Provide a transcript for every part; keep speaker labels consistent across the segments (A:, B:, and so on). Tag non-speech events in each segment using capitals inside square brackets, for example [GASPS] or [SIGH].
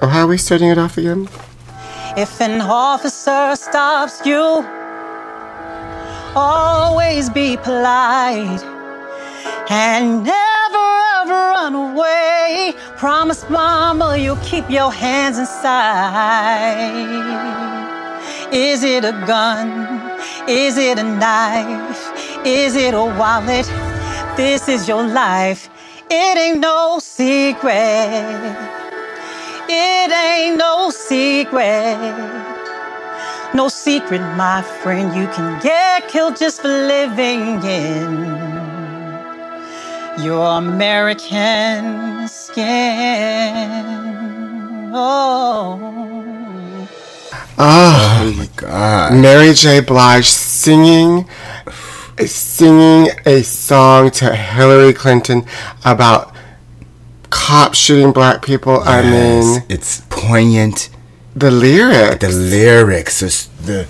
A: Oh, how are we starting it off again?
B: If an officer stops you, always be polite and never ever run away. Promise mama you'll keep your hands inside. Is it a gun? Is it a knife? Is it a wallet? This is your life. It ain't no secret. It ain't no secret. No secret, my friend, you can get killed just for living in your American skin. Oh.
A: Ah,
C: Oh my god.
A: Mary J. Blige singing, singing a song to Hillary Clinton about cops shooting black people. I
C: Yes,
A: mean,
C: it's poignant.
A: the lyric.
C: The lyrics are s- the.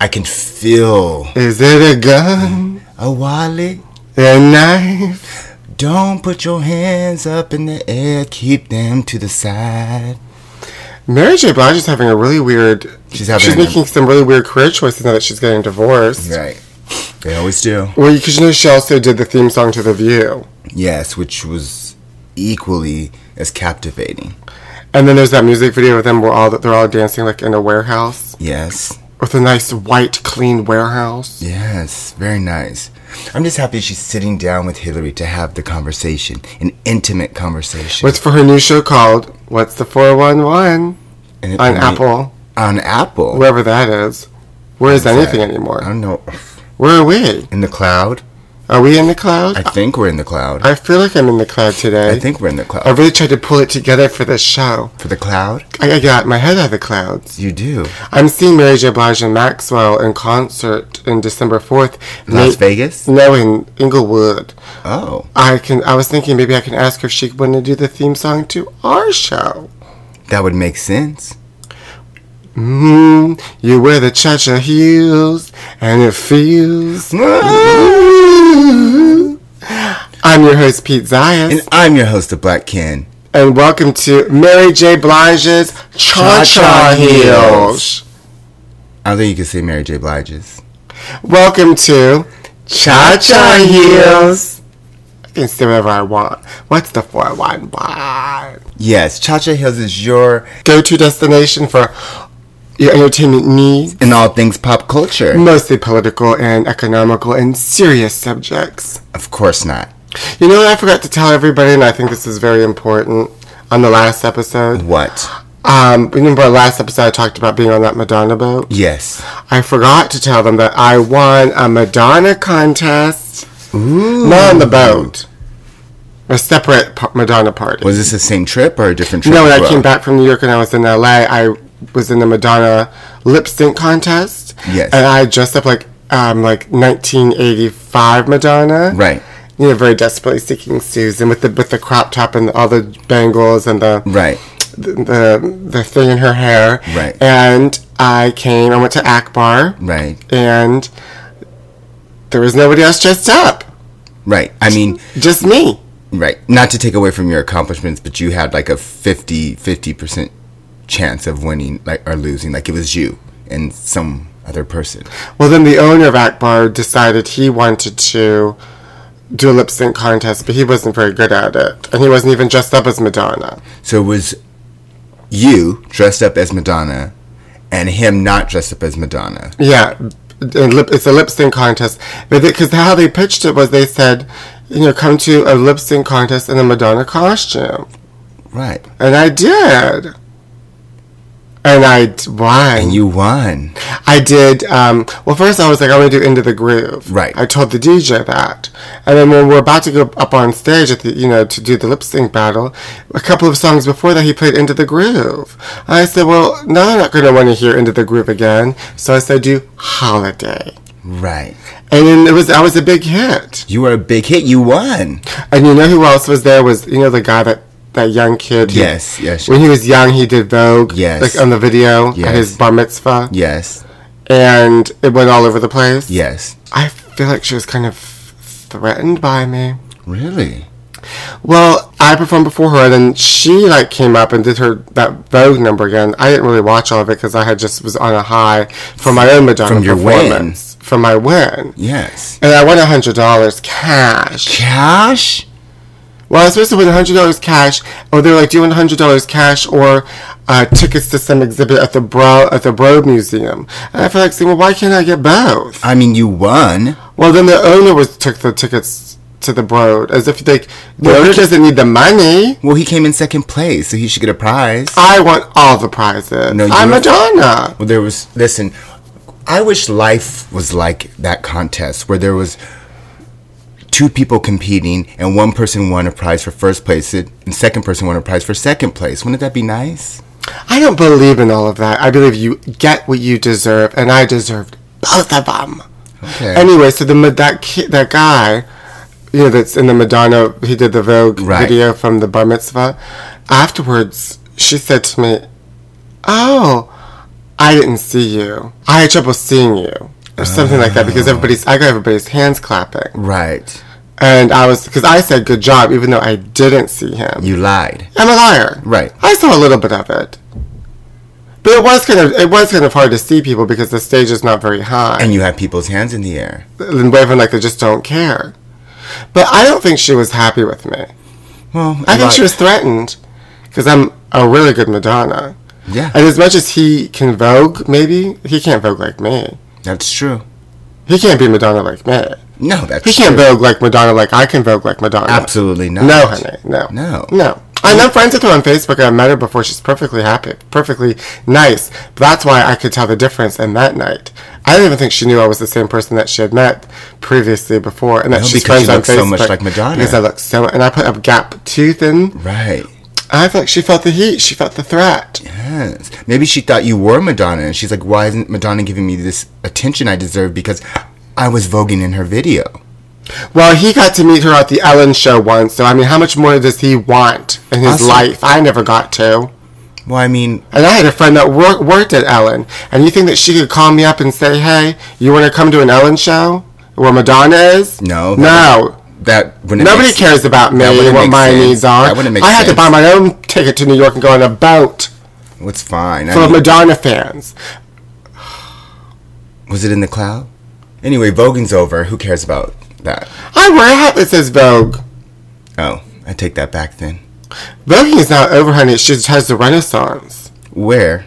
C: I can feel
A: Is it a gun?
C: a wallet.
A: A knife?
C: Don't put your hands up in the air. Keep them to the side.
A: Mary J. Blige is having a really weird.
C: She's having
A: She's
C: a-
A: making some really weird career choices now that she's getting divorced.
C: Right. They always do.
A: Well, because you know she also did the theme song to The View,
C: Yes, which was equally as captivating.
A: and then there's that music video with them where all they're all dancing like in a warehouse
C: Yes.
A: with a nice white clean warehouse.
C: Yes, very nice. I'm just happy she's sitting down with Hillary to have the conversation, an intimate conversation.
A: What's for her new show called What's the Four One One
C: And it-
A: on Apple,
C: On Apple.
A: wherever that is. Where is
C: Is that-
A: anything
C: I
A: anymore?
C: don't know.
A: Where are we?
C: In the cloud?
A: Are we in the cloud? [LAUGHS]
C: I think we're in the cloud.
A: I feel like I'm in the cloud today.
C: I think we're in the
A: I
C: cloud.
A: really tried to pull it together for this show.
C: For the cloud?
A: I, I got my head out of the clouds.
C: You do.
A: I'm seeing Mary J. Blige and Maxwell in concert in December 4th.
C: Las
A: May-
C: Vegas?
A: No, in Inglewood.
C: Oh.
A: I can. I was thinking maybe I can ask her if she wanted to do the theme song to our show.
C: That would make sense.
A: Mm, you wear the cha-cha heels, and it feels. Mm-hmm. I'm your host Pete Zayas,
C: And
A: and,
C: I'm your host of Black Ken.
A: welcome to Mary J. Blige's Cha Cha
C: Cha-Cha
A: Heels.
C: Heels. I don't think you can say Mary J. Blige's.
A: Welcome to Cha Cha Heels. I can say whatever I want. What's the 411?
C: Yes, Cha Cha Hills is your
A: Go to destination for your entertainment needs.
C: in all things pop culture.
A: Mostly political and economical and serious subjects.
C: Of course not.
A: You know what I forgot to tell everybody, and I think this is very important on the last episode?
C: What?
A: Um, remember our last episode I talked about being on that Madonna boat?
C: Yes.
A: I forgot to tell them that I won a Madonna contest.
C: Ooh.
A: Not on the boat. A separate pa- Madonna party.
C: Was this the same trip or a different trip?
A: no, when
C: as
A: I
C: well?
A: came back from New York and I was in LA, I was in the Madonna lip sync contest.
C: Yes.
A: And I dressed up like um, like 1985 Madonna.
C: Right.
A: You know, very desperately seeking Susan with the with the crop top and all the bangles and the
C: Right.
A: the, the the thing in her hair.
C: Right.
A: And I came. I went to Akbar,
C: Right.
A: and there was nobody else dressed up.
C: Right. I mean,
A: Just me.
C: right. Not to take away from your accomplishments, but you had like a 50 50% chance of winning like or losing. Like it was you and some other person.
A: Well, then the owner of Akbar decided he wanted to do a lip sync contest, but he wasn't very good at it. And he wasn't even dressed up as Madonna.
C: So it was you dressed up as Madonna and him not dressed up as Madonna.
A: Yeah, and lip, it's a lip sync contest. Because how they pitched it was they said, you know, come to a lip sync contest in a Madonna costume.
C: Right.
A: And I did. And I d- won.
C: And you won.
A: I did. Um, well, first I was like, I'm gonna do "Into the Groove."
C: Right.
A: I told the DJ that, and then when we we're about to go up on stage at the, you know, to do the lip sync battle, a couple of songs before that he played "Into the Groove." And I said, "Well, no, I'm not gonna want to hear "Into the Groove" again." So I said, "Do "Holiday,"
C: Right.
A: and then it was that was a big hit.
C: You were a big hit. You won.
A: And you know who else was there? Was you know the guy that that young kid? who-
C: Yes. Yes.
A: When he was young, he did Vogue.
C: Yes.
A: Like on the video at
C: Yes.
A: his bar mitzvah.
C: Yes.
A: And it went all over the place.
C: Yes.
A: I feel like she was kind of threatened by me.
C: Really?
A: Well, I performed before her, and then she like came up and did her that Vogue number again. I didn't really watch all of it because I had just was on a high for my own Madonna
C: From your
A: performance from my win,
C: Yes.
A: and I won hundred dollars cash.
C: Cash?
A: Well, I was supposed to win hundred dollars cash, or they were like, "Do you want hundred dollars cash or uh, tickets to some exhibit at the Bro at the Broad Museum?" And I felt like saying, "Well, why can't I get both?"
C: I mean, you won.
A: Well, then the owner was took the tickets to the Broad, as if like the owner doesn't need the money.
C: Well, he came in second place, so he should get a prize.
A: I want all the prizes.
C: No, you-
A: I'm Madonna.
C: Well, there was. Listen, I wish life was like that contest where there was two people competing and one person won a prize for first place and second person won a prize for second place. Wouldn't that be nice?
A: I don't believe in all of that. I believe you get what you deserve, and I deserved both of them.
C: Okay.
A: Anyway, so the Ma- that ki- that guy, you know, that's in the Madonna, he did the Vogue
C: Right.
A: video from the bar mitzvah. Afterwards, she said to me, "Oh, I didn't see you. I had trouble seeing you." Or something like that
C: Oh.
A: because everybody's I got everybody's hands clapping,
C: right.
A: and I was because I said good job even though I didn't see him.
C: You lied.
A: I'm a liar.
C: Right.
A: I saw a little bit of it. But it was kind of it was kind of hard to see people because the stage is not very high.
C: And you have people's hands in the air.
A: And waving like they just don't care. But I don't think she was happy with me.
C: Well,
A: I think
C: like-
A: she was threatened because I'm a really good Madonna.
C: Yeah,
A: And as much as he can vogue, maybe he can't vogue like me.
C: that's true.
A: He can't be Madonna like me.
C: No, that's
A: He
C: true.
A: can't vogue like Madonna like I can vogue like Madonna.
C: Absolutely not.
A: No, honey, no.
C: No.
A: No. I know friends with her on Facebook. I met her before. She's perfectly happy, perfectly nice. That's why I could tell the difference in that night. I didn't even think she knew I was the same person that she had met previously before, and that
C: No,
A: she's
C: because
A: friends
C: you
A: on
C: look
A: Facebook.
C: so much like Madonna.
A: Because I look so, and I put a gap tooth in.
C: Right.
A: I feel like she felt the heat. She felt the threat.
C: Yes. Maybe she thought you were Madonna, and she's like, "Why isn't Madonna giving me this attention I deserve?" Because I was voguing in her video.
A: Well, he got to meet her at the Ellen show once. So I mean, how much more does he want in his
C: Awesome.
A: life? I never got to.
C: Well, I mean,
A: And I had a friend that work, worked at Ellen. And you think that she could call me up and say, hey, you want to come to an Ellen show where Madonna is?
C: No, that
A: No.
C: that wouldn't
A: Nobody
C: make sense.
A: cares about me
C: That wouldn't
A: and what
C: make
A: my
C: sense.
A: needs are.
C: That wouldn't make
A: I had to
C: sense.
A: buy my own ticket to New York and go on a boat
C: What's fine. I
A: full of
C: mean,
A: Madonna fans.
C: was it in the cloud? Anyway, voguing's over. Who cares about that?
A: I wear a hat that says Vogue.
C: Oh, I take that back then.
A: Voguing is not over, honey. It just has the renaissance.
C: Where?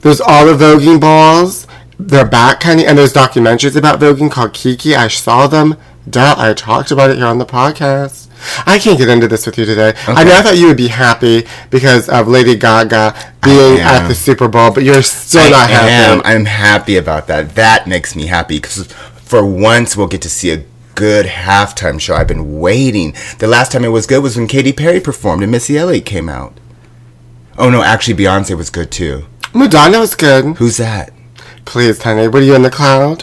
A: There's all the voguing balls. They're back, honey. And there's documentaries about voguing called Kiki. I saw them. Duh, I talked about it here on the podcast. I can't get into this with you today. I mean, I thought you would be happy because of Lady Gaga being
C: am.
A: at the Super Bowl, but you're still not
C: am.
A: happy.
C: I'm happy about that. That makes me happy because for once we'll get to see a good halftime show. I've been waiting. The last time it was good was when Katy Perry performed and Missy Elliott came out. Oh no, actually Beyonce was good too.
A: Madonna was good.
C: Who's that?
A: Please, honey, what are you in the cloud? [LAUGHS]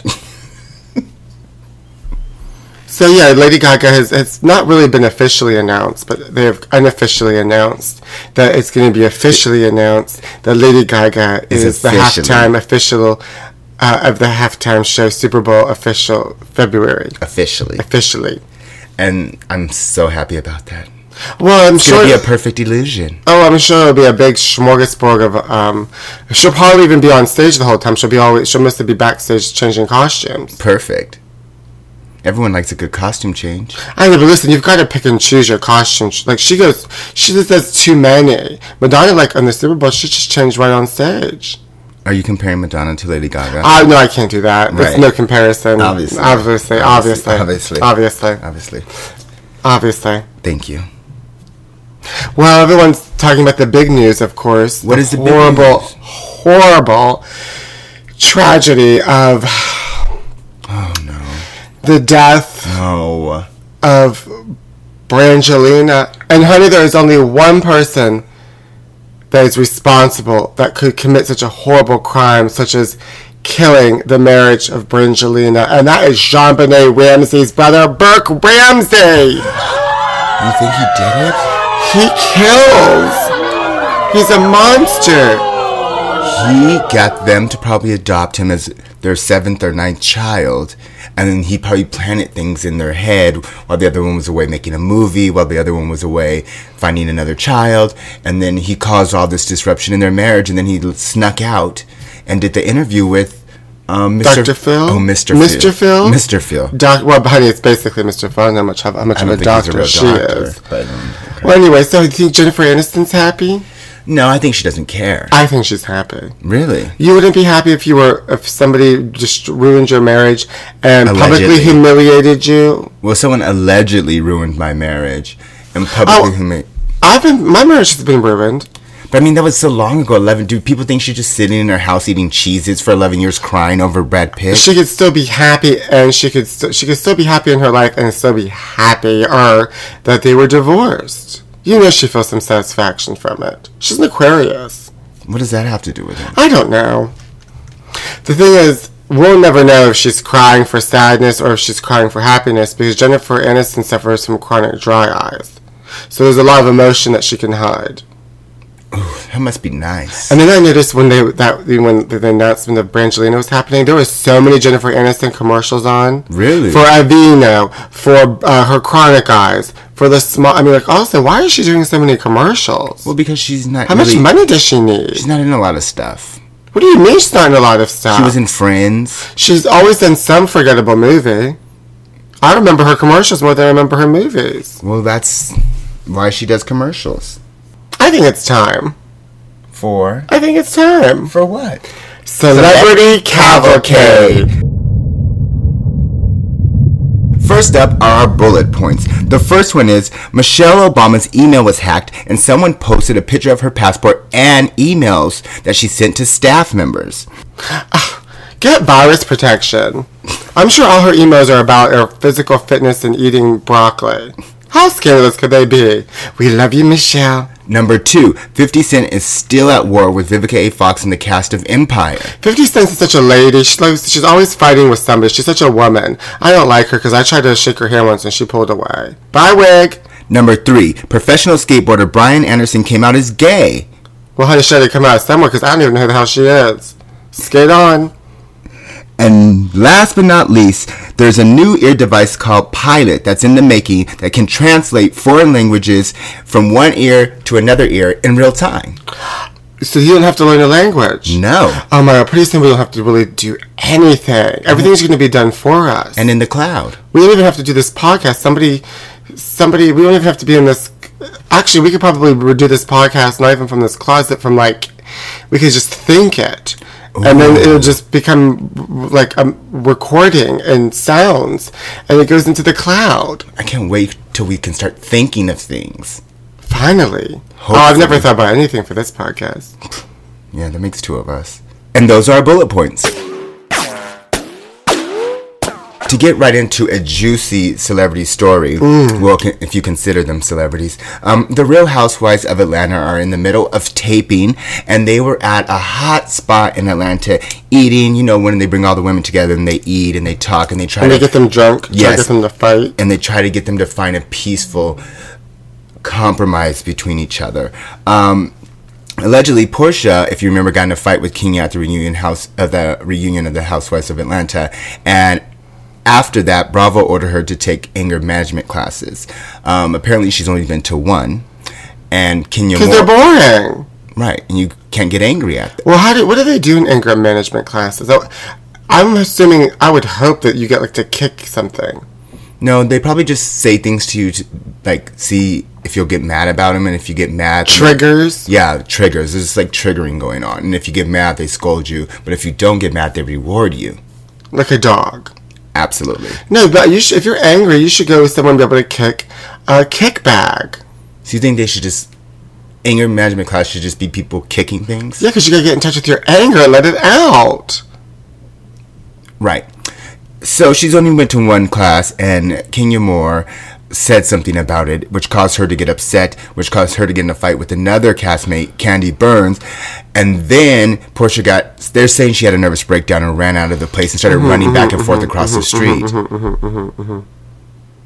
A: so yeah, Lady Gaga has it's not really been officially announced, but they have unofficially announced that it's going to be officially announced that Lady Gaga is,
C: Is
A: the
C: officially.
A: halftime official uh, of the halftime show Super Bowl official February
C: Officially.
A: officially.
C: And I'm so happy about that.
A: Well, I'm
C: It's gonna
A: sure.
C: be a perfect illusion.
A: Oh, I'm sure it'll be a big smorgasbord of. Um, she'll probably even be on stage the whole time. She'll be always. She'll mostly be backstage changing costumes.
C: Perfect. Everyone likes a good costume change.
A: I know, but listen, you've got to pick and choose your costumes. Like she goes, she just does too many. Madonna, like on the Super Bowl, she just changed right on stage.
C: Are you comparing Madonna to Lady Gaga?
A: I no, I can't do that. There's
C: Right.
A: no comparison.
C: Obviously.
A: obviously, obviously,
C: Obviously.
A: obviously, obviously,
C: Obviously.
A: obviously.
C: Thank you.
A: Well, everyone's talking about the big news, of course.
C: What
A: the
C: is the big
A: horrible,
C: news?
A: horrible tragedy of
C: Oh no.
A: the death
C: No.
A: of Brangelina. And honey, there is only one person that is responsible that could commit such a horrible crime, such as killing the marriage of Brangelina, and that is Jean Bonnet Ramsey's brother, Burke Ramsey.
C: You think he did it?
A: He kills. He's a monster.
C: He got them to probably adopt him as their seventh or ninth child, and then he probably planted things in their head while the other one was away making a movie, while the other one was away finding another child, and then he caused all this disruption in their marriage, and then he snuck out and did the interview with um, Mr.
A: Dr. Phil?
C: Oh, Mr.
A: Mr. Phil?
C: Mr. Phil.
A: Doc, well, honey, it's basically Mr. Fun. How much, how, much
C: I
A: of
C: don't
A: a
C: think
A: doctor
C: he's
A: she
C: a real doctor,
A: is.
C: but, um, okay.
A: Well, anyway, so you think Jennifer Aniston's happy?
C: no, I think she doesn't care.
A: I think she's happy.
C: really?
A: You wouldn't be happy if you were if somebody just ruined your marriage and
C: Allegedly.
A: publicly humiliated you.
C: Well, someone allegedly ruined my marriage and
A: Oh.
C: publicly humiliated.
A: I've been my marriage has been ruined.
C: But I mean, that was so long ago. Eleven. Do people think she's just sitting in her house eating cheeses for eleven years, crying over Brad Pitt?
A: She could still be happy, and she could st- she could still be happy in her life, and still be happy or that they were divorced. You know, she feels some satisfaction from it. She's an Aquarius.
C: what does that have to do with it?
A: I don't know. The thing is, we'll never know if she's crying for sadness or if she's crying for happiness because Jennifer Aniston suffers from chronic dry eyes. So there's a lot of emotion that she can hide.
C: That must be nice.
A: And then I noticed when they that when the announcement of Brangelina was happening, there was so many Jennifer Aniston commercials on.
C: Really?
A: For Aveeno, for uh, her chronic eyes, for the small. I mean, like also, why is she doing so many commercials?
C: well, because she's not.
A: How
C: really-
A: much money does she need?
C: She's not in a lot of stuff.
A: What do you mean she's not in a lot of stuff?
C: She was in Friends.
A: She's always in some forgettable movie. I remember her commercials more than I remember her movies.
C: Well, that's why she does commercials.
A: I think it's time.
C: For
A: I think it's time.
C: for what?
A: Celebrity Cavalcade.
C: First up are our bullet points. The first one is Michelle Obama's email was hacked and someone posted a picture of her passport and emails that she sent to staff members.
A: Get virus protection. I'm sure all her emails are about her physical fitness and eating broccoli. How scandalous could they be? We love you, Michelle.
C: Number two, 50 Cent is still at war with Vivica A. Fox and the cast of Empire.
A: 50 Cent is such a lady. She loves, she's always fighting with somebody. She's such a woman. I don't like her because I tried to shake her hand once and she pulled away. Bye, wig.
C: Number three, professional skateboarder Brian Anderson came out as gay.
A: Well, honey, she had to come out somewhere because I don't even know who the hell she is. Skate on.
C: And last but not least, there's a new ear device called Pilot that's in the making that can translate foreign languages from one ear to another ear in real time.
A: So you don't have to learn a language.
C: No.
A: Oh my god, pretty soon we don't have to really do anything. Everything's going to be done for us.
C: And in the cloud.
A: we don't even have to do this podcast. Somebody, somebody, we don't even have to be in this. Actually, we could probably do this podcast not even from this closet, from like, we could just think it. And then it'll just become like a recording and sounds, and it goes into the cloud.
C: I can't wait till we can start thinking of things.
A: Finally. Oh, I've never thought about anything for this podcast.
C: Yeah, that makes two of us. And those are our bullet points. To get right into a juicy celebrity story,
A: Mm.
C: well, con- if you consider them celebrities, um, the Real Housewives of Atlanta are in the middle of taping, and they were at a hot spot in Atlanta eating. You know, when they bring all the women together and they eat and they talk and they try
A: And
C: to
A: they get them drunk. Yes.
C: Yes.
A: Try to get them to fight.
C: and they try to get them to find a peaceful compromise between each other. Um, allegedly, Portia, if you remember, got in a fight with Kenya at the reunion house of the reunion of the Housewives of Atlanta, and after that, Bravo ordered her to take anger management classes. Um, apparently, she's only been to one, and Kenya
A: Because
C: Moore-
A: they're boring.
C: right, and you can't get angry at them.
A: Well, how do what do they do in anger management classes? I, I'm assuming I would hope that you get like to kick something.
C: No, they probably just say things to you to like see if you'll get mad about them, and if you get mad, then-
A: Triggers.
C: Yeah, triggers. There's just like triggering going on. And if you get mad, they scold you. But if you don't get mad, they reward you.
A: Like a dog.
C: Absolutely.
A: No, but you should, if you're angry, you should go with someone be able to kick a kick bag.
C: So you think they should just anger management class should just be people kicking things?
A: Yeah, because you gotta get in touch with your anger and let it out.
C: Right. So she's only went to one class, and Kenya Moore said something about it, which caused her to get upset, which caused her to get in a fight with another castmate, Candy Burns. And then Portia got, they're saying she had a nervous breakdown and ran out of the place and started running back and forth across the street.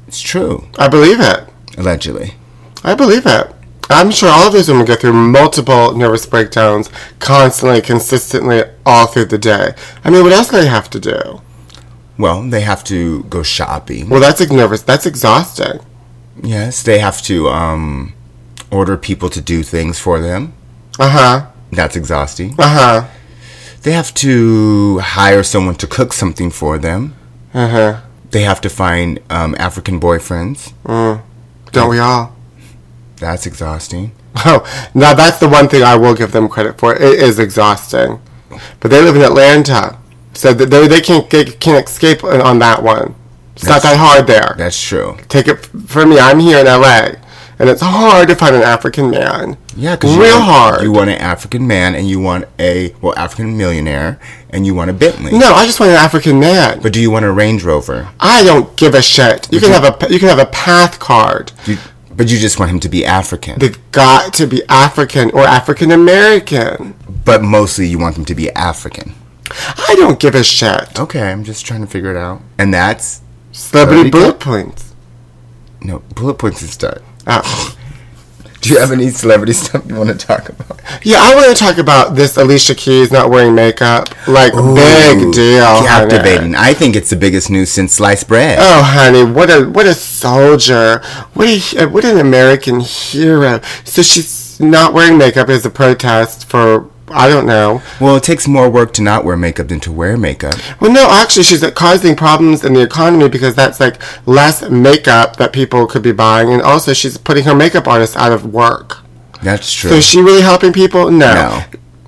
C: It's true,
A: I believe it.
C: allegedly.
A: I believe it. I'm sure all of these women go through multiple nervous breakdowns constantly, consistently, all through the day. I mean, what else do they have to do?
C: Well, they have to go shopping.
A: Well, that's like nervous. That's exhausting.
C: Yes, they have to um, order people to do things for them.
A: Uh huh.
C: That's exhausting.
A: Uh huh.
C: They have to hire someone to cook something for them.
A: Uh huh.
C: They have to find um, African boyfriends.
A: Don't we all?
C: That's exhausting.
A: [LAUGHS] Oh, now that's the one thing I will give them credit for. It is exhausting, but they live in Atlanta, so th- they they can't get, can't escape on on that one. It's not that hard there.
C: That's true.
A: Take it f- from me. I'm here in L.A. and it's hard to find an African man.
C: Yeah, because
A: real hard.
C: You want an African man, and you want a well African millionaire, and you want a Bentley.
A: no, I just want an African man.
C: But do you want a Range Rover?
A: I don't give a shit. You can have a pa- you can have a path card.
C: You, but you just want him to be African.
A: They've got to be African or African American.
C: but mostly you want them to be African.
A: I don't give a shit.
C: Okay, I'm just trying to figure it out. And that's
A: Celebrity
C: There you go.
A: bullet points.
C: no bullet points and stuff.
A: Oh.
C: Do you have any celebrity stuff you want to talk about?
A: Yeah, I want to talk about this Alicia Keys not wearing makeup. Like,
C: Ooh,
A: big deal. honey.
C: Captivating. I think it's the biggest news since sliced bread.
A: Oh, honey, what a what a soldier! What a he- what an American hero! So she's not wearing makeup as a protest for I don't know.
C: Well, it takes more work to not wear makeup than to wear makeup.
A: Well, no, actually, she's causing problems in the economy because that's like less makeup that people could be buying, and also she's putting her makeup artist out of work.
C: That's true.
A: So is she really helping people? No.
C: no.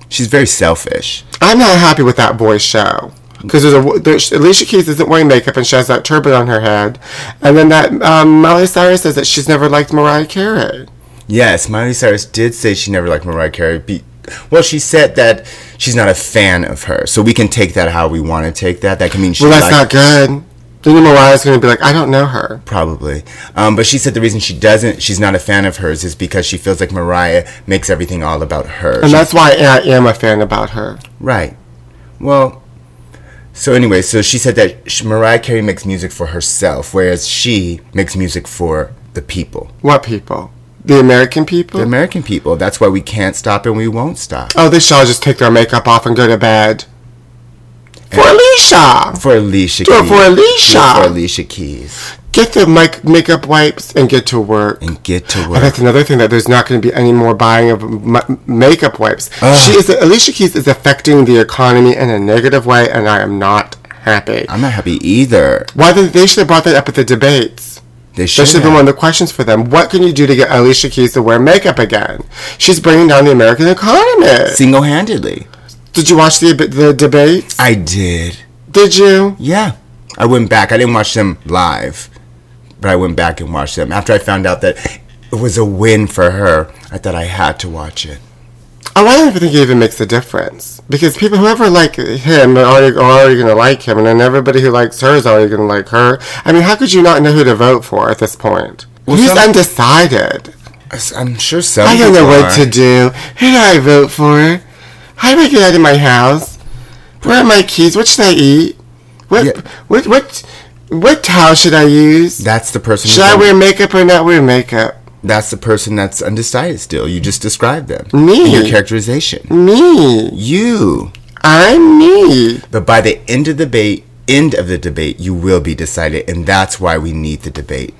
C: She's very selfish.
A: I'm not happy with that boy show. Because there's a there's, Alicia Keys isn't wearing makeup and she has that turban on her head, and then that um, Miley Cyrus says that she's never liked Mariah Carey.
C: Yes, Miley Cyrus did say she never liked Mariah Carey. Be- well, she said that she's not a fan of her, so we can take that how we want to take that. That can mean she
A: Well, that's not
C: liked-
A: good. Then Mariah's going to be like, I don't know her.
C: probably. Um, but she said the reason she doesn't, she's not a fan of hers, is because she feels like Mariah makes everything all about her.
A: And that's why I am a fan about her.
C: Right. Well, so anyway, so she said that sh- Mariah Carey makes music for herself, whereas she makes music for the people,
A: What people? The American people?
C: the American people. That's why we can't stop and we won't stop.
A: oh, they should all just take their makeup off and go to bed. For
C: And-
A: Alicia!
C: For Alicia
A: Do it
C: Keys.
A: for Alicia.
C: Do it for Alicia Keys.
A: Get the mic- makeup wipes and get to work.
C: And get to
A: Oh,
C: work.
A: that's another thing that there's not going to be any more buying of m- makeup wipes. She is Alicia Keys is affecting the economy in a negative way, and I am not happy.
C: I'm not happy either.
A: Why did they should have brought that up at the debates?
C: They should
A: That should have
C: have.
A: been one of the questions for them. What can you do to get Alicia Keys to wear makeup again? She's bringing down the American economy.
C: Single-handedely.
A: Did you watch the the debates?
C: I did.
A: Did you?
C: Yeah. I went back. I didn't watch them live, but I went back and watched them. After I found out that it was a win for her, I thought I had to watch it.
A: I don't even think it even makes a difference because people, whoever like him, are already, are already going to like him, and then everybody who likes her is already going to like her. I mean, how could you not know who to vote for at this point? Who's
C: some-
A: undecided?
C: I'm sure some.
A: I don't know
C: people
A: what
C: are.
A: to do. Who do I vote for? How do I get out of my house? Where are my keys? What should I eat? What
C: Yeah.
A: what what what towel should I use?
C: That's the person.
A: Should I wear makeup or not wear makeup?
C: That's the person that's undecided still. You just described them.
A: Me.
C: And Your characterization.
A: Me,
C: You.
A: I'm me.
C: But by the end of the debate, end of the debate, you will be decided, and that's why we need the debate.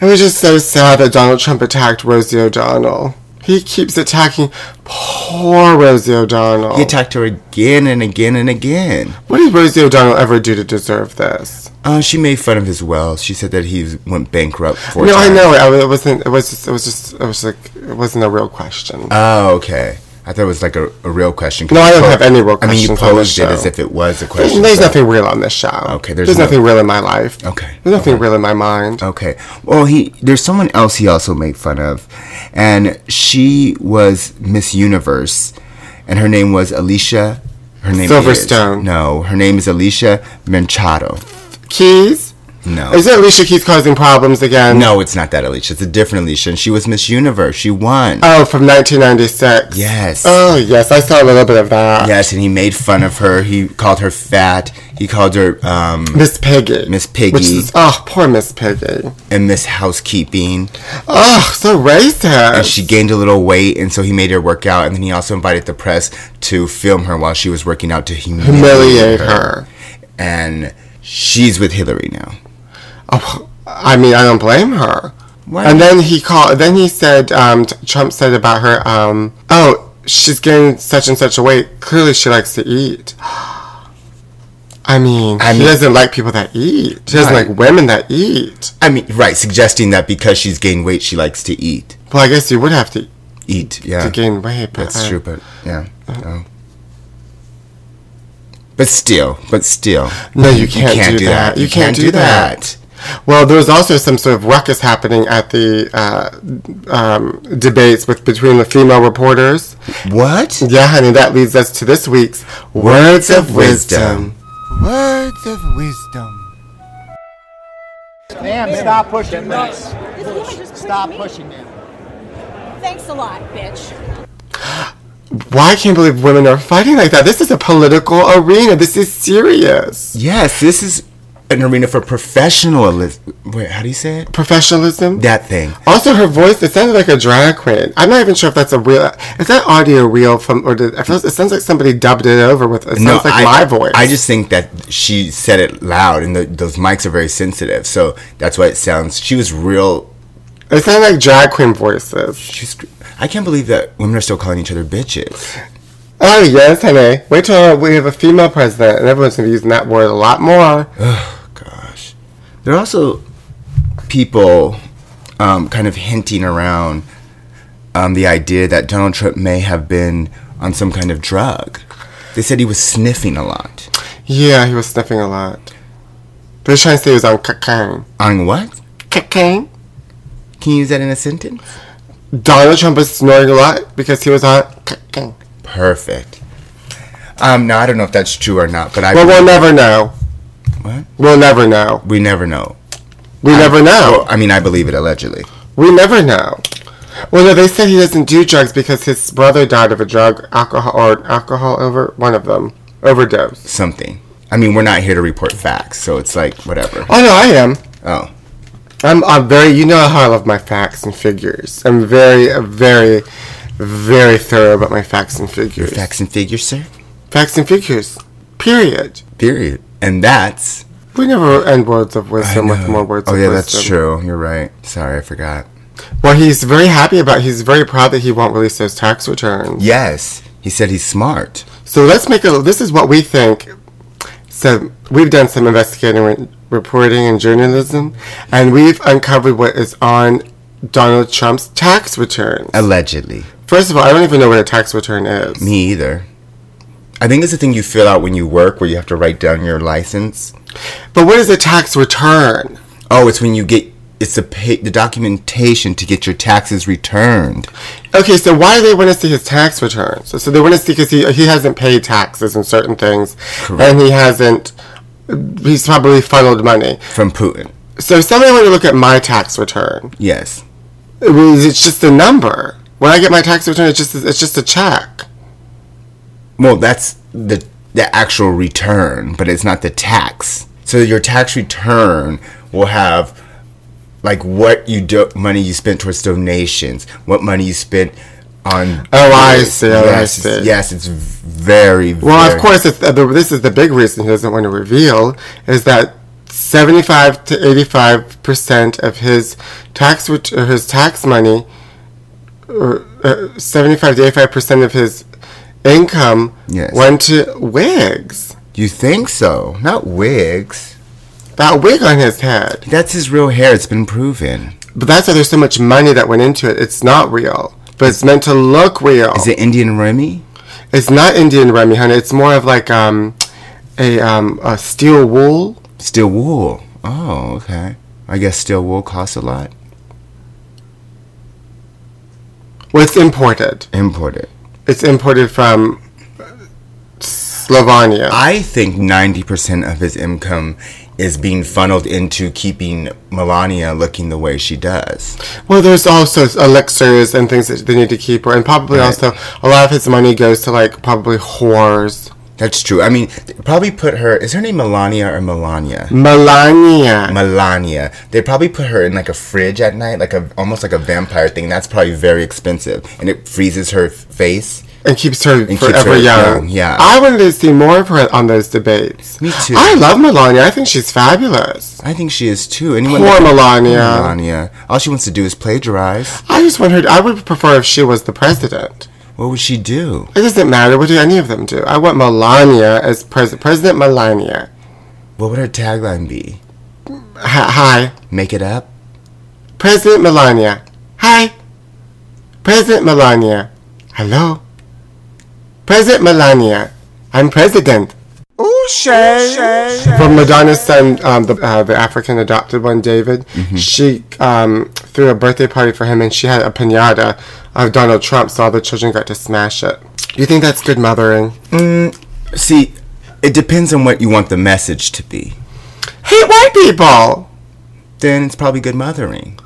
A: It was just so sad that Donald Trump attacked Rosie O'Donnell. He keeps attacking poor Rosie O'Donnell.
C: He attacked her again and again and again.
A: what did Rosie O'Donnell ever do to deserve this?
C: Uh, she made fun of his wealth. She said that he went bankrupt. Four
A: no, I
C: times.
A: know it. I, it wasn't. It was just. It was just. It was like. It wasn't a real question.
C: Oh, okay. I thought it was like a, a real question. 'cause
A: No,
C: you
A: I don't
C: po-
A: have any real
C: I mean, you
A: questions on this
C: posed it
A: show.
C: as if it was a question.
A: there's
C: so-
A: nothing real on this show.
C: Okay, there's no-
A: nothing real in my life.
C: Okay,
A: There's nothing
C: okay.
A: real in my mind.
C: Okay. Well, he there's someone else he also made fun of, and she was Miss Universe, and her name was Alicia. Her name is-
A: Silverstone.
C: no, her name is Alicia Manchado.
A: Keys.
C: No.
A: Is it Alicia Keys causing problems again?
C: No, it's not that Alicia. It's a different Alicia. And she was Miss Universe. She won.
A: Oh, from 1996.
C: Yes.
A: Oh, yes. I saw a little bit of that.
C: Yes, and he made fun of her. He called her fat. He called her um,
A: Miss Piggy.
C: Miss Piggy.
A: Which is, oh, poor Miss Piggy.
C: and Miss Housekeeping.
A: Oh, so
C: And
A: racist.
C: Uh, she gained a little weight, and so he made her work out. And then he also invited the press to film her while she was working out to humiliate,
A: Humiliate her.
C: And she's with Hillary now.
A: Oh, I mean, I don't blame her.
C: Why?
A: And then he called. Then he said, um, t- Trump said about her, um, oh, she's gaining such and such a weight. Clearly, she likes to eat. I mean,
C: I
A: he
C: mean-
A: doesn't like people that eat. He doesn't
C: Right.
A: like women that eat.
C: I mean, right, suggesting that because she's gained weight, she likes to eat.
A: Well, I guess you would have to,
C: Eat, yeah.
A: to gain Uh-huh. weight. But
C: That's
A: I-
C: true, but yeah. no. But still, but still.
A: No, you can't do that. You can't do that. Well, there was also some sort of ruckus happening at the uh, um, debates with between the female reporters.
C: What?
A: Yeah, honey, that leads us to this week's Words of Wisdom.
C: Words of wisdom.
D: Ma'am, stop pushing this. Stop pushing it.
E: Thanks a lot, bitch.
A: Why I can't believe women are fighting like that? This is a political arena. This is serious.
C: Yes, this is an arena for professionalism. Wait, how do you say it?
A: Professionalism.
C: That thing.
A: Also, her voice, it sounded like a drag queen. I'm not even sure if that's a real. Is that audio real from. or did, I feel, It sounds like somebody dubbed it over with. It sounds like
C: I,
A: my voice.
C: I just think that she said it loud, and the, those mics are very sensitive, so that's why it sounds. She was real.
A: It sounded like drag queen voices.
C: She's. I can't believe that women are still calling each other bitches.
A: Oh yes, honey. Wait till we have a female president, and everyone's gonna be using that word a lot more.
C: Oh, gosh. There are also people um, kind of hinting around um, the idea that Donald Trump may have been on some kind of drug. They said he was sniffing a lot.
A: Yeah, he was sniffing a lot. They're trying to say he was on cocaine.
C: On what?
A: Cocaine.
C: Can you use that in a sentence?
A: Donald Trump was snoring a lot because he was on cocaine.
C: Perfect. Um, no, I don't know if that's true or not, but I.
A: Well, we'll never know.
C: What?
A: We'll never know.
C: We never know.
A: We never know.
C: Well, I mean, I believe it allegedly.
A: We never know. Well, no, they said he doesn't do drugs because his brother died of a drug, alcohol, or alcohol over one of them overdose.
C: Something. I mean, we're not here to report facts, so it's like whatever.
A: Oh no, I am.
C: Oh,
A: I'm, I'm very, you know how I love my facts and figures. I'm very, uh, very, very thorough about my facts and figures.
C: facts and figures, sir.
A: Facts and figures. Period.
C: Period. And that's
A: We never end words of wisdom
C: know.
A: with more words
C: Oh
A: of
C: yeah,
A: wisdom.
C: that's true. You're right. Sorry, I forgot.
A: Well, he's very happy about He's very proud that he won't release those tax returns.
C: Yes, he said he's smart.
A: So let's make a, this is what we think. So we've done some investigating, re- reporting, and journalism, and we've uncovered what is on Donald Trump's tax return.
C: Allegedly,
A: First of all, I don't even know what a tax return is.
C: me either. I think it's the thing you fill out when you work, where you have to write down your license.
A: But what is a tax return?
C: Oh, it's when you get it's the pay, the documentation to get your taxes returned.
A: Okay, so why do they want to see his tax returns? So, so they want to see because he, he hasn't paid taxes on certain things, and he hasn't. He's probably funneled money.
C: From Putin.
A: So if somebody want to look at my tax return,
C: Yes.
A: it was- it's just a number. When I get my tax return, it's just it's just a check.
C: Well, that's the the actual return, but it's not the tax. So your tax return will have like what you do money you spent towards donations, what money you spent on.
A: Oh, I see, oh, I
C: Yes,
A: see.
C: yes, it's very.
A: Well,
C: very-
A: of course, it's, uh, the, this is the big reason he doesn't want to reveal is that seventy-five to eighty-five percent of his tax ret- or his tax money, or uh, seventy-five to eighty-five percent of his income
C: Yes.
A: went to wigs.
C: You think so? Not wigs.
A: That wig on his head,
C: That's his real hair. It's been proven.
A: but that's why there's so much money that went into it. It's not real, but it's meant to look real.
C: Is it Indian Remy?
A: It's not Indian Remy, honey. It's more of like um, a um, a steel wool.
C: Steel wool. Oh, okay. I guess steel wool costs a lot.
A: Well, it's imported.
C: Imported.
A: It's imported from Slovenia.
C: I think 90% of his income is being funneled into keeping Melania looking the way she does.
A: Well, there's also elixirs and things that they need to keep her, and probably
C: Right.
A: also a lot of his money goes to like probably whores.
C: That's true. I mean, they probably put her. Is her name Melania or Melania?
A: Melania.
C: Melania. They probably put her in like a fridge at night, like a almost like a vampire thing. That's probably very expensive, and it freezes her f- face.
A: and keeps her
C: keeps
A: forever
C: her
A: young.
C: young, yeah.
A: I wanted to see more of her on those debates.
C: Me too.
A: I love Melania. I think she's fabulous.
C: I think she is too. Anyone
A: Poor
C: that-
A: Melania.
C: Melania. All she wants to do is plagiarize.
A: I just want her. I would prefer if she was the president.
C: What would she do?
A: It doesn't matter. What do any of them do? I want Melania as president. President Melania.
C: What would her tagline be?
A: H- hi,
C: Make it up.
A: President Melania. Hi, President Melania. Hello, President Melania. I'm president.
C: Ooh, Shay.
A: From Madonna's son, um, the, uh, the African adopted one, David, she um, threw a birthday party for him and she had a pinata of Donald Trump, so all the children got to smash it. You think that's good mothering?
C: Mm, See, it depends on what you want the message to be.
A: Hate white people!
C: Then it's probably good mothering.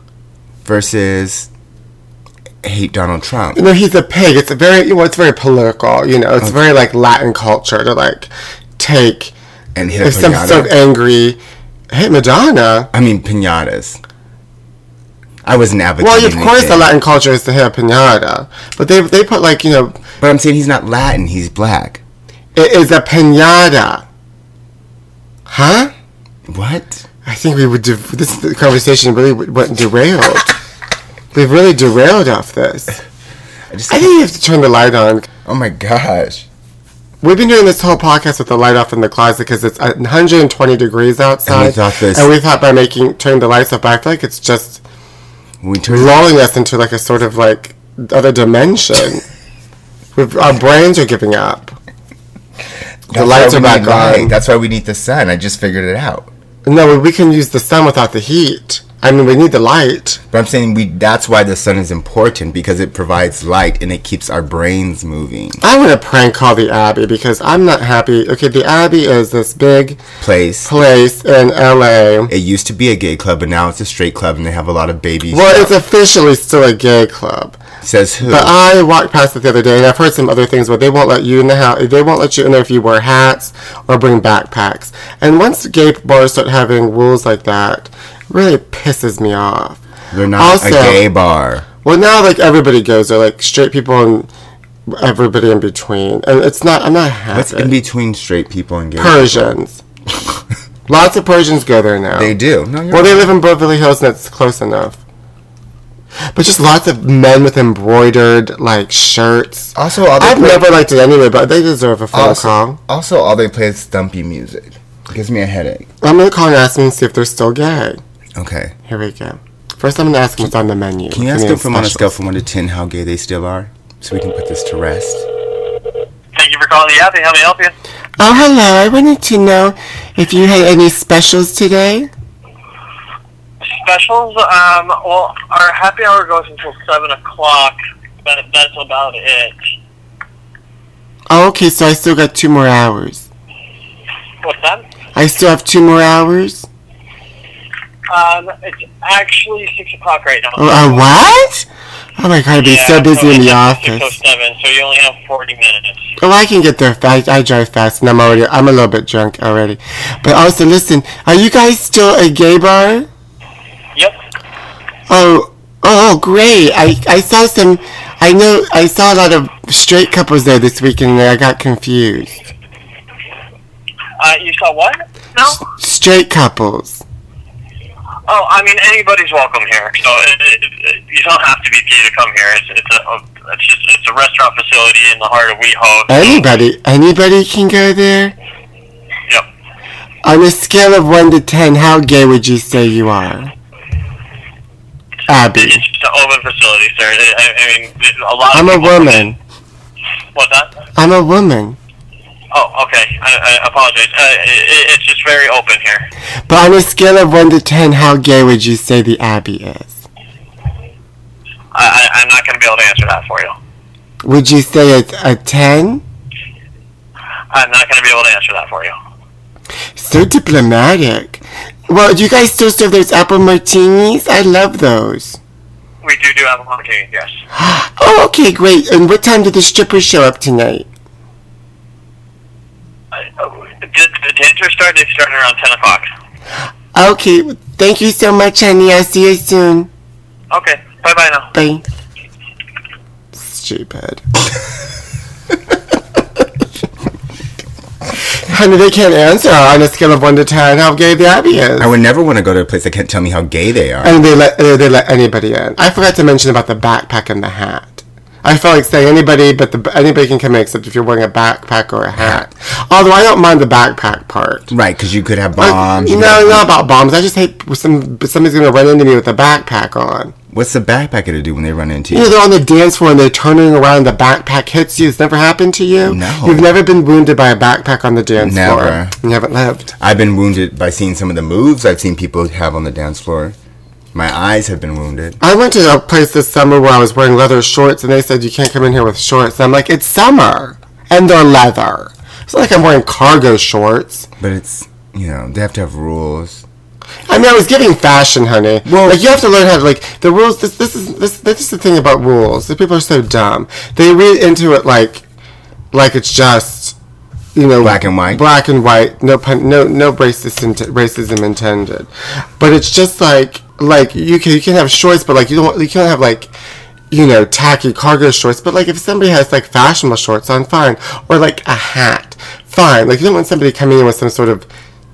C: Versus hate Donald Trump.
A: You know, he's a pig. It's a very, well, it's very political, you know, it's very like Latin culture to like take
C: And hit
A: if some
C: Rihanna.
A: sort of angry, hate Madonna.
C: I mean pinatas. I wasn't advocating.
A: Well, of course,
C: anything.
A: the Latin culture is to hit a pinata, but they, they put like, you know,
C: But I'm saying he's not Latin. He's black.
A: it is a pinata. Huh?
C: What?
A: I think we would. De- this conversation really w- went derailed. We've really derailed off this.
C: I just.
A: I think you have to turn the light on.
C: oh my gosh.
A: We've been doing this whole podcast with the light off in the closet because it's 120 degrees outside,
C: thought this-
A: and we thought by making turning the lights off, but I feel like it's just
C: We turned.
A: lulling us into like a sort of like other dimension. We've, our brains are giving up. The
C: That's
A: lights
C: why
A: are
C: we
A: back
C: need light.
A: on.
C: That's why we need the sun. I just figured it out.
A: No, we can use the sun without the heat. I mean, we need the light.
C: But I'm saying we. That's why the sun is important because it provides light and it keeps our brains moving.
A: I want to prank call the Abbey because I'm not happy. Okay, the Abbey is this big
C: Place.
A: place in LA.
C: It used to be a gay club, but now it's a straight club, and they have a lot of babies.
A: Well, it's officially still a gay club.
C: says who?
A: But I walked past it the other day, and I've heard some other things. But they won't let you in the house. They won't let you in there if you wear hats or bring backpacks. And once gay bars start having rules like that, it really pisses me off.
C: They're not
A: also-
C: a gay bar.
A: Well, now like everybody goes there, like straight people and everybody in between. And it's not. I'm not happy.
C: What's in between straight people and gay? [LAUGHS]
A: Persians. Lots of Persians go there now.
C: They do. No, you're
A: Well, they
C: right.
A: live in Beverly Hills, and it's close enough. But just lots of men with embroidered like shirts.
C: Also, all they
A: I've
C: play-
A: never liked it anyway, but they deserve a phone
C: Also,
A: call.
C: also, all they play is stumpy music. Gives me a headache.
A: I'm gonna call and ask them and see if they're still gay.
C: Okay.
A: Here we go. First, I'm gonna ask them what's on the menu.
C: Can you ask
A: Give me
C: them from on a
A: special.
C: scale from 1 to 10 how gay they still are? So we can put this to rest.
F: Thank you for calling the Abbey. How may I help you?
A: Oh, hello. I wanted to know if you had any specials today.
F: Specials? Um, well, our happy hour goes until 7 o'clock, but that's about it.
A: Oh, okay. So I still got two more hours.
F: What's that?
A: I still have two more hours.
F: Um, it's actually 6 o'clock right now.
A: Oh, uh, what? Oh my god, I'd be so busy in the office.
F: 607, so you only have 40 minutes.
A: Oh, I can get there fast. I drive fast, and I'm already. I'm a little bit drunk already. But also, listen. Are you guys still a gay bar?
F: Yep.
A: Oh, oh, great. I I saw some. I know. I saw a lot of straight couples there this weekend, and I got confused.
F: Uh, you saw what? No?
A: Straight couples.
F: Oh, I mean, anybody's welcome here. So it, it, it, you don't have to be gay to come here. It's, it's, a, um, it's, just, it's a restaurant facility in the heart of WeHo.
A: Anybody, anybody can go there.
F: Yep.
A: On a scale of one to ten, how gay would you say you are? Abby,
F: It's just an open facility, sir. I, I mean, a lot
A: I'm
F: of
A: a
F: people-
A: woman.
F: What's that?
A: I'm a woman.
F: Oh, okay. I, I apologize. Uh, it, it's just very open here.
A: But on a scale of 1 to 10, how gay would you say the Abbey is?
F: I, I, I'm not going to be able to answer that for you.
A: Would you say it's a 10?
F: I'm not going to be able to answer that for you.
A: So diplomatic. Well, do you guys still serve those apple martinis? I love those.
F: We do do apple martini, yes.
A: Oh, okay, great. And what time did the strippers show up tonight?
F: Uh, oh, did the dancers start? They started around 10 o'clock.
A: Okay, thank you so much, honey. I'll see you soon.
F: Okay, bye bye now.
A: Bye. Stupid. [LAUGHS] honey, they can't answer on a scale of 1 to 10 how gay the Abby is.
C: I would never want to go to a place that can't tell me how gay they are.
A: And they let uh, they let anybody in. I forgot to mention about the backpack and the hat. I felt like saying anybody, but the, anybody can come in except if you're wearing a backpack or a hat. Although I don't mind the backpack part.
C: Right, because you could have
A: Like,
C: bombs. you
A: no,
C: could have-
A: not about bombs. I just hate some somebody's gonna run into me with a backpack on.
C: What's the backpack gonna do when they run into
A: You know,
C: you?
A: they're on the dance floor and they're turning around. The backpack hits you. It's never happened to you.
C: No.
A: you've never been wounded by a backpack on the dance
C: Never.
A: floor. You haven't lived.
C: I've been wounded by seeing some of the moves I've seen people have on the dance floor. My eyes have been wounded.
A: I went to a place this summer where I was wearing leather shorts, and they said you can't come in here with shorts. And I'm like, it's summer, and they're leather. It's not like I'm wearing cargo shorts.
C: But it's you know they have to have rules.
A: I mean, I was giving fashion, honey.
C: Well-
A: like you have to learn how to like the rules. This this is this this is the thing about rules. The people are so dumb. They read into it like like it's just you know
C: Black and white?
A: black and white. No pun, no no racist int- racism intended. But it's just like like you can you can have shorts, but like you don't you can't have like. You know, tacky cargo shorts, but like if somebody has like fashionable shorts on, fine, or like a hat, fine. Like you don't want somebody coming in with some sort of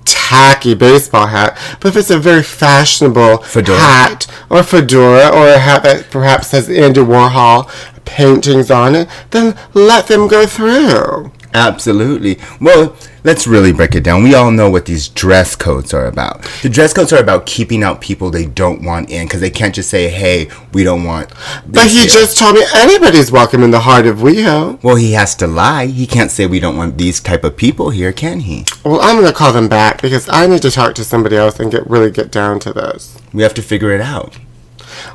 A: tacky baseball hat, but if it's a very fashionable
C: Fedora.
A: hat or fedora or a hat that perhaps has Andy Warhol paintings on it, then let them go through.
C: Absolutely. Well, let's really break it down. We all know what these dress codes are about. The dress codes are about keeping out people they don't want in because they can't just say, "Hey, we don't want."
A: But
C: this
A: he
C: here."
A: just told me anybody's welcome in the heart of WeHo.
C: Well, he has to lie. He can't say we don't want these type of people here, can he?
A: Well, I'm gonna call them back because I need to talk to somebody else and get really get down to this.
C: We have to figure it out.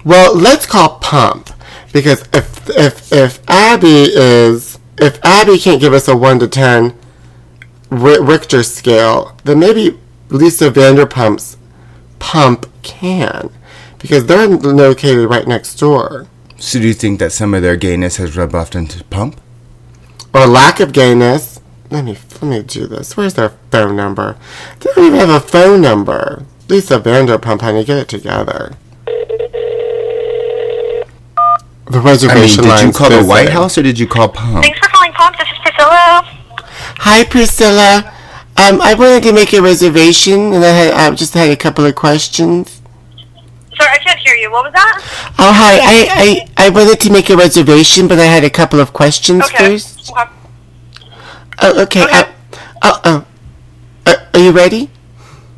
A: Well, let's call Pump because if if if Abby is if Abby can't give us a one to ten Ri- Richter scale, then maybe Lisa Vanderpump's Pump can because they're located right next door.
C: So do you think that some of their gayness has rubbed off into Pump?
A: Or lack of gayness. Let me let me do this. Where's their phone number? They don't even have a phone number. Lisa Vanderpump, honey, get it together. The
C: I mean,
A: reservation
C: did you
A: line's
C: call the
A: busy.
C: White House or did you call Pump?
G: Thanks for calling Pump. This is Priscilla.
A: Hi, Priscilla. Um, I wanted to make a reservation, and I, had, I just had a couple of questions.
G: Sorry, I can't hear you. What was that?
A: Oh, hi. I, I, I wanted to make a reservation, but I had a couple of questions
G: Okay.
A: first. Oh, okay.
G: Okay.
A: Uh, oh, oh. Uh, are you ready?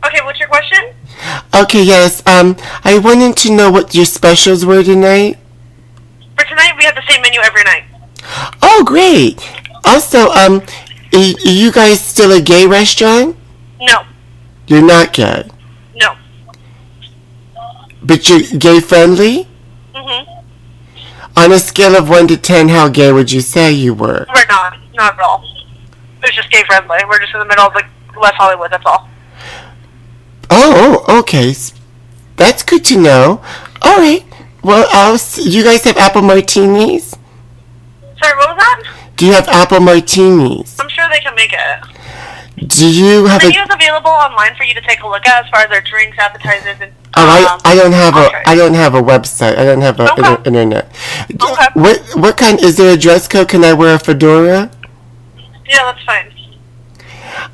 G: Okay, what's your question?
A: Okay, yes. Um, I wanted to know what your specials were tonight.
G: For tonight, we have the same menu every night.
A: Oh, great. Also, um, y- you guys still a gay restaurant?
G: No.
A: You're not gay,
G: No.
A: but you're gay friendly?
G: Mm-hmm.
A: On a scale of 1 to 10, how gay would you say you were?
G: We're not. Not at all. It's just gay friendly. We're just in the middle of like West Hollywood, that's all.
A: Oh, oh, okay. S- That's good to know. All right. Well, I'll s you guys have apple martinis?
G: Sorry, what was that?
A: Do you have apple martinis?
G: I'm sure they can make it.
A: Do you have
G: The
A: a?
G: menu is available online for you to take a look at as far as their drinks, appetizers, and.
A: Oh,
G: um,
A: I, I don't have
G: entrees.
A: a I don't have a website. I don't have a
G: Okay.
A: inter- internet. D-
G: Okay.
A: What what kind is there a dress code? Can I wear a fedora?
G: Yeah, that's fine.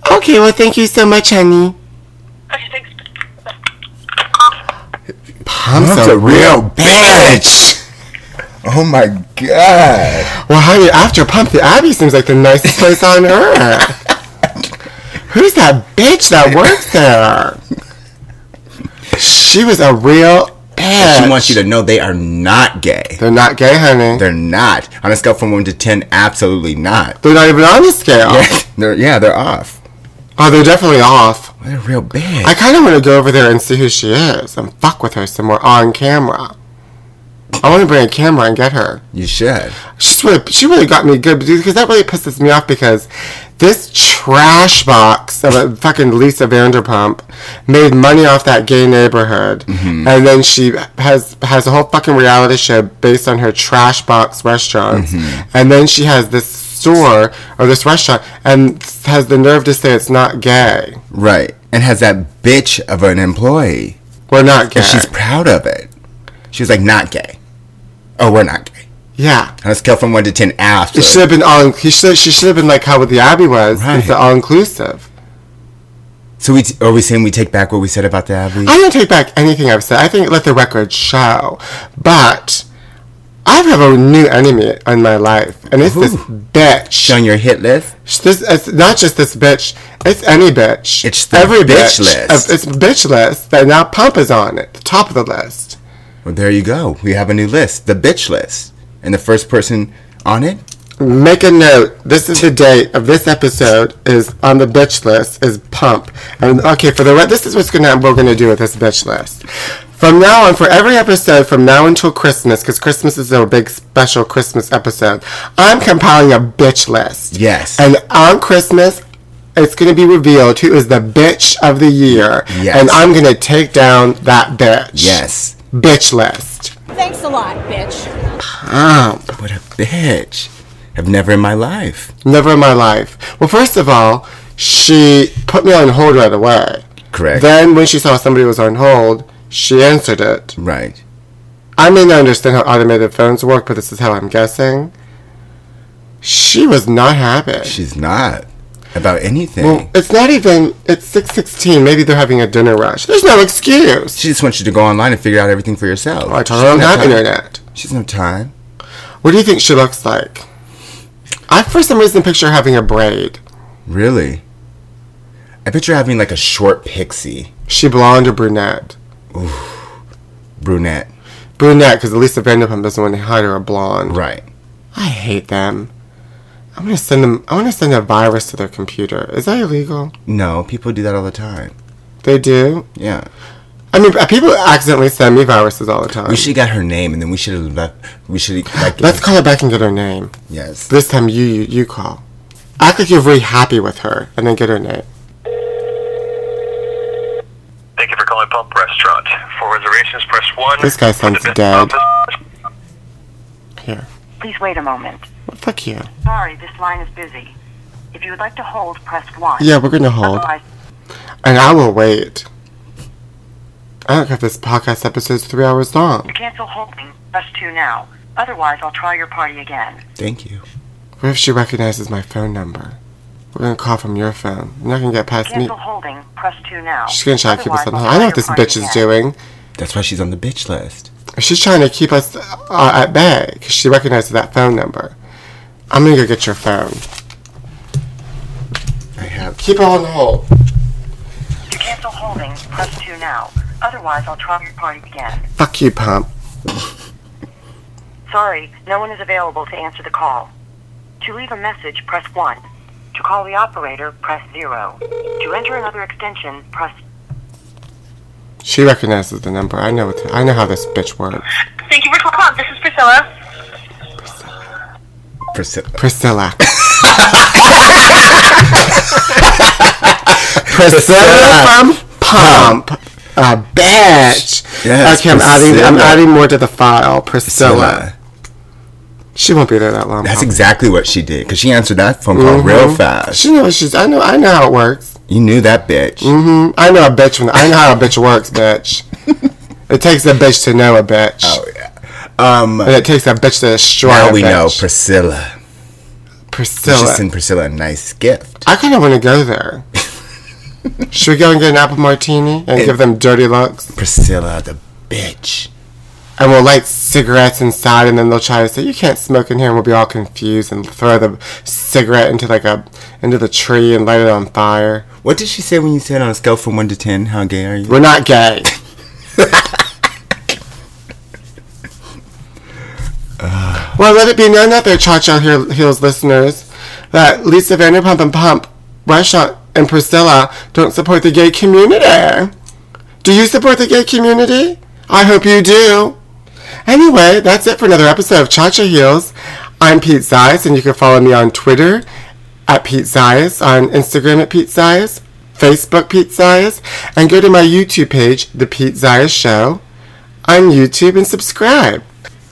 A: Okay. Well, thank you so much, honey.
G: Okay, thanks.
A: I'm
C: Pump's a real bitch. [LAUGHS] Oh my god.
A: Well, honey, after Pump the Abbey seems like the nicest place on
C: [LAUGHS]
A: earth. Who's that bitch that works there? She was a real bitch.
C: She wants you to know they are not gay.
A: They're not gay, honey. They're,
C: They're not. On a scale from 1 to 10, absolutely not.
A: not even on the scale.
C: Yeah, they're, yeah, they're off.
A: Oh, they're definitely off.
C: They're real bitch.
A: I kind of want to go over there and see who she is and fuck with her some more on camera. I want to bring a camera and get her.
C: you should.
A: She's really, she really got me good because that really pisses me off because this trash box uh, fucking Lisa Vanderpump made money off that gay neighborhood, and then she has has a whole fucking reality show based on her trash box restaurants, and then she has this store or this restaurant and has the nerve to say it's not gay.
C: Right. And has that bitch of an employee.
A: We're not gay.
C: And she's proud of it. She was like, not gay. Oh, we're not gay.
A: yeah.
C: On a scale from 1 to 10 after.
A: It should have been all. He should. She should have been like how the Abbey was.
C: Right.
A: It's all inclusive.
C: So we t- are we saying we take back what we said about the Abbey?
A: I don't take back anything I've said. I think let the record show. But I have a new enemy in my life, and it's this
C: Ooh.
A: bitch.
C: on your hit list?
A: This it's not just this bitch. It's any bitch.
C: It's the bitch list.
A: Uh, It's bitch list that now Pump is on it, the top of the list.
C: Well, there you go. We have a new list, the bitch list. And the first person on it?
A: Make a note. This is the date of this episode. Is on the bitch list. Is Pump. And okay, for the re- this is what's gonna we're gonna do with this bitch list. From now on, for every episode from now until Christmas, because Christmas is a big special Christmas episode, I'm compiling a bitch list.
C: Yes.
A: And on Christmas, it's going to be revealed who is the bitch of the year.
C: Yes.
A: And I'm going to take down that bitch.
C: Yes.
A: Bitch list.
E: Thanks a lot, bitch.
A: Um,
C: What a bitch. I've never in my life.
A: never in my life. Well, first of all, she put me on hold right away.
C: Correct.
A: Then, when she saw somebody was on hold, she answered it.
C: right.
A: I may not understand how automated phones work, but this is how I'm guessing. She was not happy.
C: She's not about anything.
A: well, it's not even. It's six sixteen. Maybe they're having a dinner rush. There's no excuse.
C: she just wants you to go online and figure out everything for yourself.
A: I told her
C: She
A: I don't
C: doesn't
A: have
C: time.
A: internet.
C: She doesn't have time.
A: What do you think she looks like? I, for some reason, picture her having a braid.
C: Really? I picture having like a short pixie
A: She blonde or brunette?
C: brunette.
A: Brunette, because Lisa Vanderpump doesn't want to hide her a blonde.
C: Right.
A: I hate them. I'm gonna send them. I want to send a virus to their computer. Is that illegal?
C: No, people do that all the time.
A: They do.
C: Yeah.
A: I mean, uh, people accidentally send me viruses all the time.
C: We should have got her name and then we should have left. We should have, like.
A: Um, [GASPS] Let's call her back and get her name.
C: Yes.
A: This time, you you, you call. Act like you're very happy with her, and then get her name.
F: Thank you for calling Pump Restaurant. For reservations, press 1.
A: This guy sounds
F: For the
A: dead.
F: best pump-
A: Here.
H: Please wait a moment.
A: Well, fuck you.
H: Sorry, this line is busy. If you would like to hold, press 1.
A: Yeah, we're gonna hold.
H: Otherwise,
A: And I will wait. I don't care if this podcast episode's three hours long.
H: to cancel holding, press 2 now. Otherwise, I'll try your party again.
C: Thank you.
A: What if she recognizes my phone number? We're gonna call from your phone. You're not gonna get past me.
H: Cancel holding, press 2 now.
A: She's gonna try to keep us on
H: Otherwise,
A: hold.
H: I'll
A: I
H: try
A: know what this
H: your party
A: bitch is
H: again.
A: doing.
C: That's why she's on the bitch list.
A: She's trying to keep us uh, at bay because she recognizes that phone number. I'm gonna go get your phone.
C: I have.
A: Keep her on hold.
H: To cancel holding, press 2 now. Otherwise, I'll try your party again.
A: Fuck you, pump.
H: Sorry, no one is available to answer the call. To leave a message, press 1. To call the operator, press 0. To enter another extension, press
A: She recognizes the number. I know. What I know how this bitch works.
G: Thank you for calling Pump. This is Priscilla.
C: Priscilla. [LAUGHS]
A: Priscilla. [LAUGHS] from
C: Priscilla!
A: Pump. A bitch.
C: Yes,
A: okay, I'm adding, I'm
C: Priscilla.
A: adding more to the file. Priscilla.
C: Priscilla.
A: She won't be there that long.
C: That's
A: Pump.
C: exactly what she did because she answered that phone call
A: Mm-hmm.
C: real fast.
A: She knows she's. I know. I know how it works.
C: you knew that bitch.
A: hmm I know a bitch. When, I know how a bitch works,
C: [LAUGHS]
A: bitch. it takes a bitch to know a bitch,
C: Oh, yeah. Um,
A: and it takes a bitch to destroy.
C: now
A: a
C: we
A: bitch.
C: know Priscilla. She's
A: Priscilla.
C: Just send Priscilla a nice gift.
A: I kind of want to go
C: [LAUGHS]
A: there. Should we go and get an apple martini and give them dirty looks?
C: Priscilla, the bitch.
A: and we'll light cigarettes inside, and then they'll try to say you can't smoke in here, and we'll be all confused and throw the cigarette into like a into the tree and light it on fire.
C: What did she say when you said on a scale from one to ten, how gay are you?
A: We're not gay. [SIGHS] well, let it be known out there, Cha Cha Heel- Heels listeners, that Lisa Vanderpump and Pump, Restaurant, and Priscilla don't support the gay community. Do you support the gay community? I hope you do. Anyway, that's it for another episode of Cha Cha Heels. I'm Pete Zias, and you can follow me on Twitter at Pete Zias, on Instagram at Pete Zias, Facebook Pete Zayas, and go to my YouTube page, The Pete Zayas Show, on YouTube and subscribe.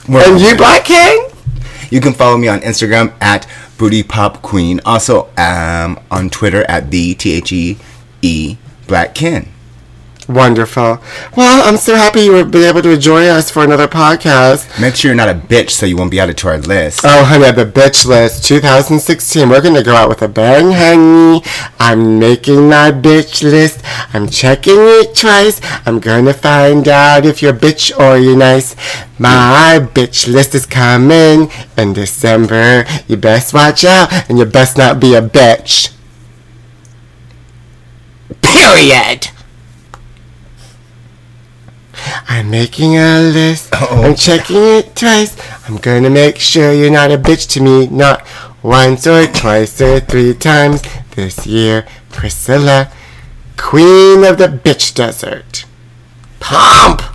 C: We're-
A: And you, Black King?
C: You can follow me on Instagram at Booty Pop Queen. Also um, on Twitter at the T H E E Black Ken.
A: Wonderful. Well, I'm so happy you were been able to join us for another podcast.
C: Make sure you're not a bitch so you won't be added to our list.
A: Oh, honey, the bitch list 2016. We're gonna go out with a bang, honey. I'm making my bitch list. I'm checking it twice. I'm gonna find out if you're bitch or you're nice. My bitch list is coming in December. You best watch out and you best not be a bitch. Period. I'm making a list.
C: Uh-oh.
A: I'm checking it twice. I'm gonna make sure you're not a bitch to me, not once or twice or three times this year. Priscilla, queen of the bitch desert. Pomp!